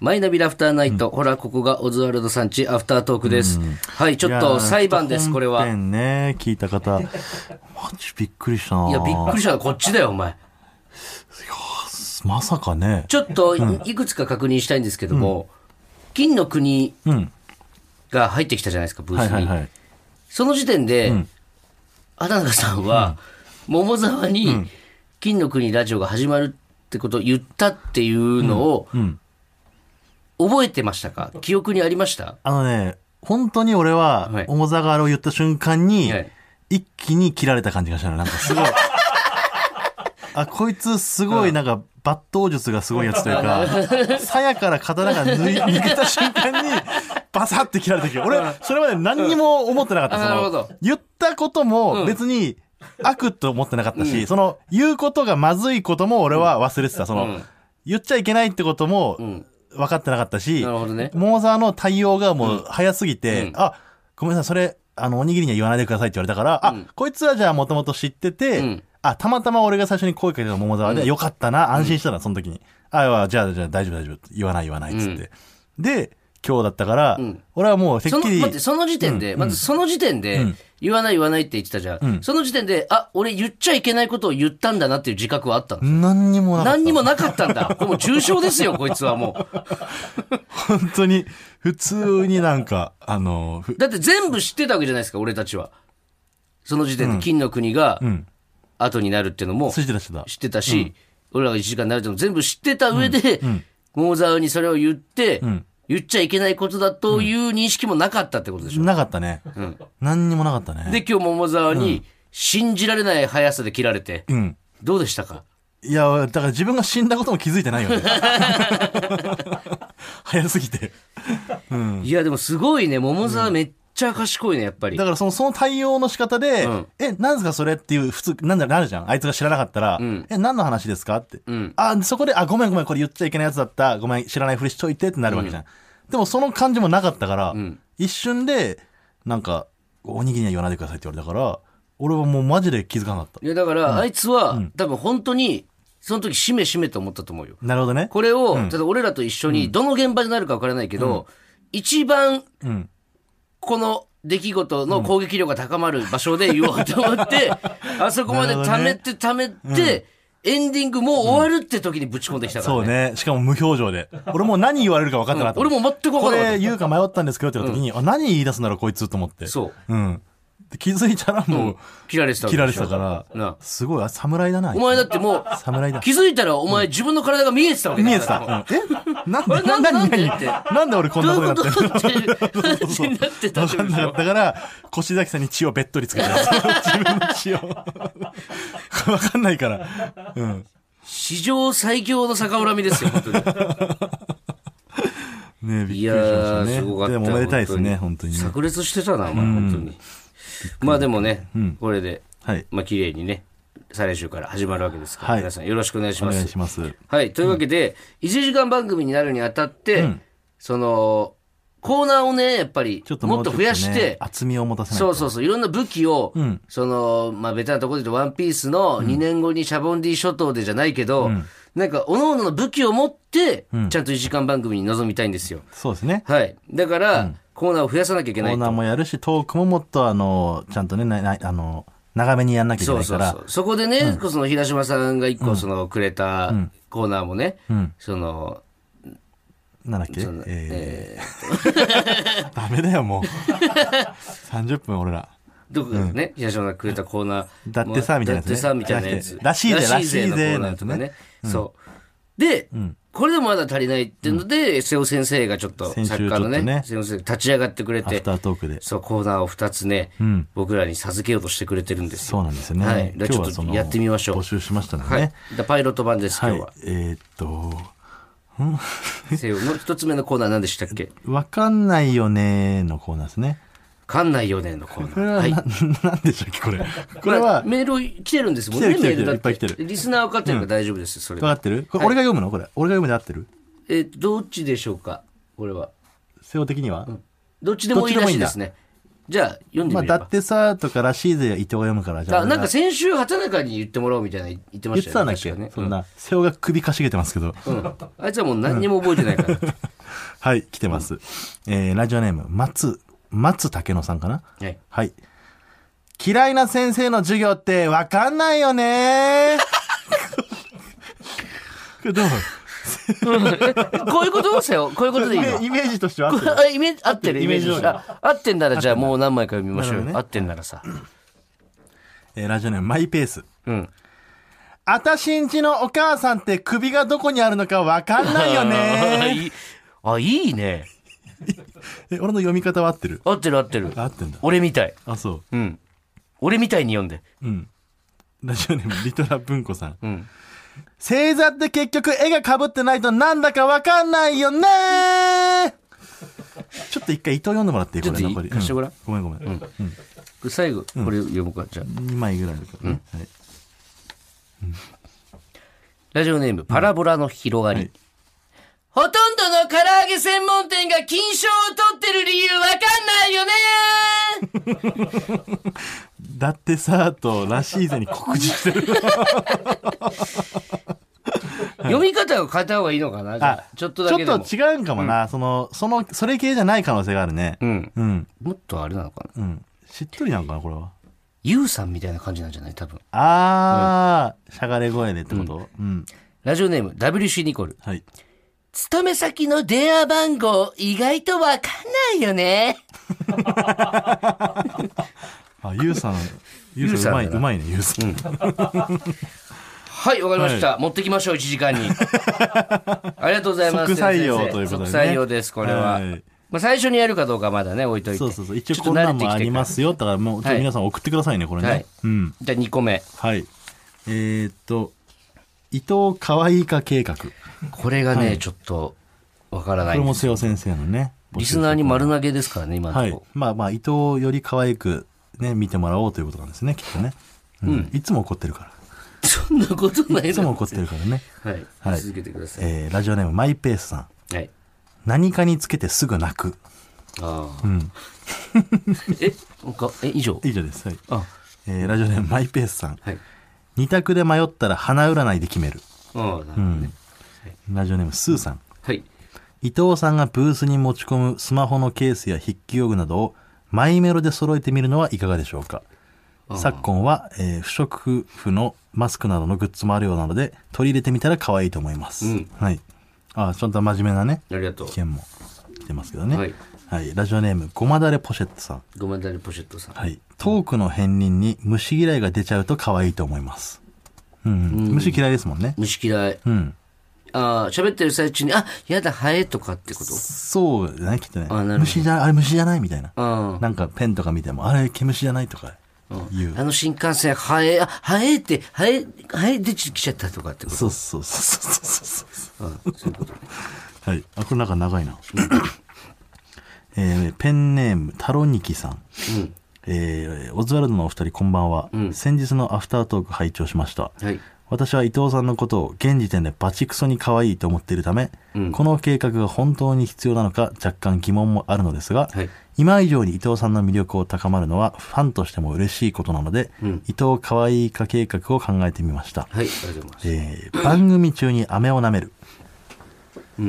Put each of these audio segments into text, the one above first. マイナビラフターナイト、ほら、ここがオズワルドさんち、アフタートークです。はい、ちょっと裁判です、これいやは。ーちょっと本編ね、聞いた方、マジびっくりしたないや、びっくりり。したのはこっちだよ、お前。まさかね。ちょっと、いくつか確認したいんですけども、金の国うん。が入ってきたじゃないですか、ブーはスいはいに。はい。その時点で、畑中さんは、桃沢に、金の国ラジオが始まるってことを言ったっていうのを、うん。覚えてましたか記憶にありましたあのね、本当に俺ははい、重沢があれを言った瞬間にはい、一気に切られた感じがしたの。なんかす ごい。あ、こいつすごい、なんか、抜刀術がすごいやつというか、鞘から刀が抜い抜けた瞬間に、バサって切られた時、俺、それまで何にも思ってなかった。あそのなるほど言ったことも別に悪と思ってなかったし、その、言うことがまずいことも俺は忘れてた。その、うん言っちゃいけないってこともん分かってなかったし、なるほどねモーザーの対応がもう早すぎて、うんあ、ごめんなさい、それ、あの、おにぎりには言わないでくださいって言われたから、あ、こいつはじゃあもともと知ってて、うんあ、たまたま俺が最初に声かけた桃沢で、よかったな、安心したな、その時に。あ、じゃあ、じゃあ大丈夫大丈夫、言わない言わないっつって。で、今日だったから、ん俺はもうてっその、きり、待って、その時点で、まずその時点で、言わない言わないって言ってたじゃん。その時点で、あ、俺言っちゃいけないことを言ったんだなっていう自覚はあったの。何にもなかった何にもなかったんだ。これもう重症です よ、こいつはもう。本当に、普通になんか、あの、ふだって全部知ってたわけじゃないですか、俺たちは。その時点で金の国がん、後になるっていうのも知ってた知ってた知ってたし、俺らが1時間になるってのも全部知ってた上で、桃沢にそれを言って、言っちゃいけないことだという認識もなかったってことでしょ。なかったね。何にもなかったね。で、今日桃沢に、信じられない速さで切られて、うん。どうでしたかいや、だから自分が死んだことも気づいてないよ ね。早すぎて。いや、でもすごいね。桃沢めっちゃ賢いね、やっぱり。だからその、その対応の仕方で、んえ、なんですかそれっていう、普通、なんだ、なるじゃん。あいつが知らなかったら、え、何の話ですかって。んあ、そこで、あ、ごめんごめん、これ言っちゃいけないやつだった。ごめん、知らないふりしといてってなるわけじゃん。でもその感じもなかったから、一瞬で、なんか、おにぎりには言わないでくださいって言われたから、俺はもうマジで気づかなかった。いや、だから、あいつは、多分本当に、その時、しめしめと思ったと思うよ。なるほどね。これを、例えば俺らと一緒に、どの現場になるか分からないけど、一番、んこの出来事の攻撃力が高まる場所で言おうと思 って、あそこまで溜めて溜めて、エンディングもう終わるって時にぶち込んできたからそうね。ね。しかも無表情で。俺もう何言われるか分かってなかった。俺も全く分こからなかれっ言うか迷ったんですけどって言った時に、あ、何言い出すんだろうこいつと思って。た。そう。う。ん。で気づいたらもう、切られてたわけ切でしらょれてたかならあ、すごい、あ侍だな。あいつお前だってもう、侍だ。気づいたらお前自分の体が見えてたわけだ見からえてた。うんえなんであれ、ななんんでで、なんで何って なんで俺こんどなうこいとうにことっなってるいう感じになってたわってかことでんなしかょったから、腰崎さんに血をべっとりつ けてた。自分の血を。わかんないから。うん。史上最強の逆恨みですよ、本当 に。ねえいびやっくりしましたー、ね。すごかった。でもおめでたいですね、本当にね。炸裂してたな、お前、本当に。まあでもね、これで、はい。まあ綺麗にね、再来週から始まるわけですから、はい皆さんよろしくお願いしおま願いす。します。はい、というわけで、1時間番組になるにあたって、その、コーナーをね、やっぱり、ちょっともっうちょとっと増やしてね、厚みを持たせないと。そうそうそう、いろんな武器を、んその、まあ、ベタなところで言うと、ワンピースの2年後にシャボンディ諸島でじゃないけど、なんか、各々の武器を持って、ちゃんと1時間番組に臨みたいんですよ。そうですね。はい。だから、コーナーを増やさなきゃいけコないーとナーもやるし、トークももっとあの、ちゃんとね、ななあの、長めにやんなきゃいけそなういそかうら、そう。そこでね、その平島さんが一個そのくれたコーナーもね、その、なんだっけえー ダメだよ、もう。30分、俺ら。どこかでね、平島さんがくれたコーナー。だってさみたいなやだっつねてさ、みたいなやつ。らしいぜのコーナーとからしいぜなんてね。そう。で、これでもまだ足りないっていうので、瀬尾先生がちょっと、先週作家のちょっとねね、瀬尾先生立ち上がってくれアフて、タートークで。そう、コーナーを2つね、僕らに授けようとしてくれてるんですよ。そうなんですよね。はいだ今日からはちょそっとの、やってみましょう募集しましたのではいね。。だパイロット版です、は今い。日は。えーっと、 瀬尾の一つ目のコーナー何でしたっけわかんないよねーのコーナーですね。館内4年のコーナこれー。はな、い。 なんでしたっけ、これ。これは、メール来てるんですもんね、メ来てるールだ来てるいっぱい来てるリスナーは分かってるから大丈夫です、それわかは。ってるこれ、俺が読むのこれ。俺が読むで合ってるえー、どっちでしょうかこれは。背負的にはどっちでもいいらしいですね。じゃあ、読んでまあ、みれば。だってさ、とか、らしいぜ、伊藤が読むから、じゃだあ。なんか先週、畑中に言ってもらおうみたいな言ってま言っしてたたよんだね。っけ、確かねそんな、瀬尾が首かしげてますけど。うん。あいつはもう何にも覚えてないから。はい、来てます。えー、ラジオネーム、松、松竹野さんかなはい。はい。嫌いな先生の授業ってわかんないよ ねこれどうこういうことですよ。こういうことでいいのイメージとしては合こってるれあイメージ合ってるイイメメーージジ通りあ合ってんならじゃあもう何枚か読みましょうよ、なるほどね合ってんならさえーラジオネーム、マイペース。うんあたしんちのお母さんって首がどこにあるのかわかんないよ あねいいあいいねえ、俺の読み方は合ってる合ってる合ってるあ合ってんだ。俺みたいあ、そう。うん俺みたいに読んでうん。ラジオネーム、リトラ文子さん。うん星座って結局絵が被ってないとなんだかわかんないよねちょっと一回伊藤読んでもらっていいちょっといいこれ残り貸してごらんごめんごめん。うんこれ最後これ読もうか、じゃあ2枚ぐらいだからね。はいラジオネームパラボラの広がり、はいほとんどの唐揚げ専門店が金賞を取ってる理由わかんない よねだってさーと、らしいぜに告示してる。読み方を変えた方がいいのかなじゃ あちょっとだけでもちょっと違うんかもな。その、その、それ系じゃない可能性があるね。うんうん。もっとあれなのかなうん。しっとりなんかな、これは。ゆうさんみたいな感じなんじゃない多分あー、しゃがれ声でってことうん。ラジオネーム WC ニコルはい。勤め先の電話番号意外とわかんないよね。あ、ゆうさん、ゆううささんんうまい、だなうまいね、ゆうさん。はい、わかりました。持ってきましょう、1時間 に。ありがとうございます。即採用先生ということでね即採用です、これは。はいまあ、最初にやるかどうかはまだね、置いといて。そうそうそう。一ち応ょっとこん慣なれんてきてもありますよ。だからもう、ちょっと皆さん送ってくださいね、これね。はいうん。じゃあ2個目。はい。えー、っと、伊藤かわいい化計画。ここれがね、ちょっと、わからないれ。も瀬尾先生のね。リスナーに丸投げですからね、今のはといこ。。まあまあ、伊藤より可愛くね、見てもらおうということなんですね、きっとね。うん。いつも怒ってるかそんなことないら。でいつも怒ってるからね。はい、はい続けてください。えー、ラジオネーム、マイペースさん。はい。何かにつけてすぐ泣く。ああ。 え、なんか、え、以上。以上です。はい。あ、えー、ラジオネーム、マイペースさん。はい。二択で迷ったら花占いで決める。ああ、なるほどね。ラジオネーム、スーさん。はい。伊藤さんがブースに持ち込むスマホのケースや筆記用具などをマイメロで揃えてみるのはいかがでしょうか昨今は、えー不織布のマスクなどのグッズもあるようなので取り入れてみたら可愛いと思います、うんはいあちゃんと真面目なねありがとう意。見も来てますけどねははいい、ラジオネームごまだれポシェットさん、ごまだれポシェットさん。はい、トークの片鱗に虫嫌いが出ちゃうと可愛いと思いますうん、虫嫌いですもんね虫嫌い。うんああ、喋ってる最中に、あ、やだ、ハエとかってこと。そうじゃないきっとねあなるほど虫じゃあれ虫じゃないみたいなあなんかペンとか見ても、あれ、毛虫じゃないとか言う。あ。あの新幹線、ハエ、あ、ハエって、ハエ、ハエ出てきちゃったとかってこと。そうそうそうそうそうそう。あそういうことね。はい。あ、これなんか長いな。 えーペンネーム、タロニキさん。えーオズワルドのお二人、こんばんは、先日のアフタートーク拝聴しました。はい。私は伊藤さんのことを現時点でバチクソに可愛いと思っているため、この計画が本当に必要なのか若干疑問もあるのですが、はい今以上に伊藤さんの魅力を高まるのはファンとしても嬉しいことなので、伊藤可愛い化計画を考えてみました。はい、ありがとうございます。えー番組中に飴を舐める、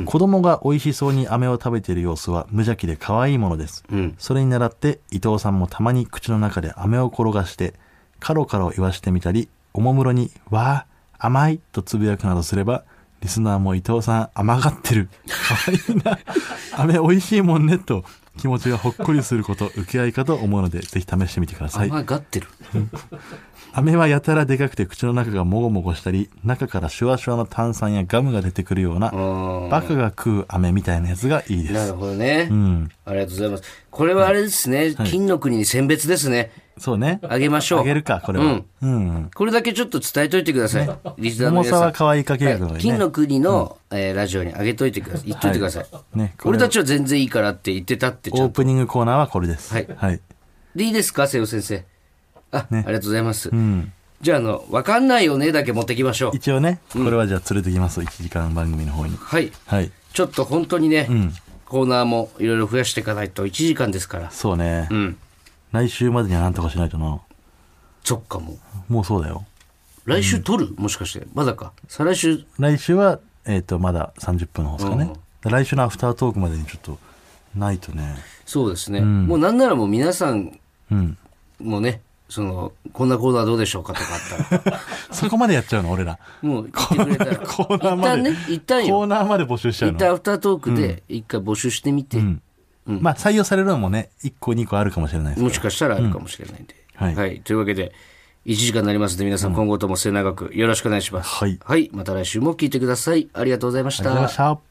子供が美味しそうに飴を食べている様子は無邪気で可愛いものです、うんそれに倣って伊藤さんもたまに口の中で飴を転がしてカロカロ言わしてみたりおもむろに「わあ甘い!」とつぶやくなどすればリスナーも伊藤さん甘がってる可愛いな飴美味しいもんねと気持ちがほっこりすること受け合いかと思うのでぜひ試してみてください甘がってる。飴はやたらでかくて口の中がもごもごしたり中からシュワシュワの炭酸やガムが出てくるようなあバカが食う飴みたいなやつがいいあ。でなするほどね。うんありがとうございます。これはあれですね。金の国に選別ですね。そうねあげましょう。あげるかこれはうん、これだけちょっと伝えといてください。リスナーの重皆ささん。は可愛いかけやがはいね、金の国の、えーラジオに上げといてください。言っといてください。ねこれ俺たちは全然いいからって言ってたってちゃオーんと。プニングコーナーはこれですはいはい、で、いいですか、瀬尾先生。あ、ありがとうございます。じゃあ、あの、わかんないよねだけ持ってきましょう。一応ねこれはじゃあ連れてきます、1時間番組の方にはい。はいちょっと本当にね、コーナーもいろいろ増やしていかないと1時間ですから。そうね、うん。来週までにはなんとかしないとな。そっかもう。もうそうだよ。来週撮る、もしかして。まだか。再来週、来週は、えっ、と、まだ30分の方ですかね。来週のアフタートークまでにちょっと、ないとね。そうですね。もうなんならもう皆さんうん。もね、その、こんなコーナーどうでしょうかとかあ ったら、そこまでやっちゃうの、俺ら。もう言ってくれたら。コーナーま一で。旦ね一旦よコーナーまで募集しちゃう一旦の。アフタートークで一回募集してみて、んまあ、採用されるのもね、1個2個あるかもしれないですもけしかしたらあるかもしれないんで。うんはいというわけで、1時間になりますので、皆さん今後とも末永くよろしくお願いします。はいはい。また来週も聞いてください。ありがとうございましど。ありがとうございたまし。た。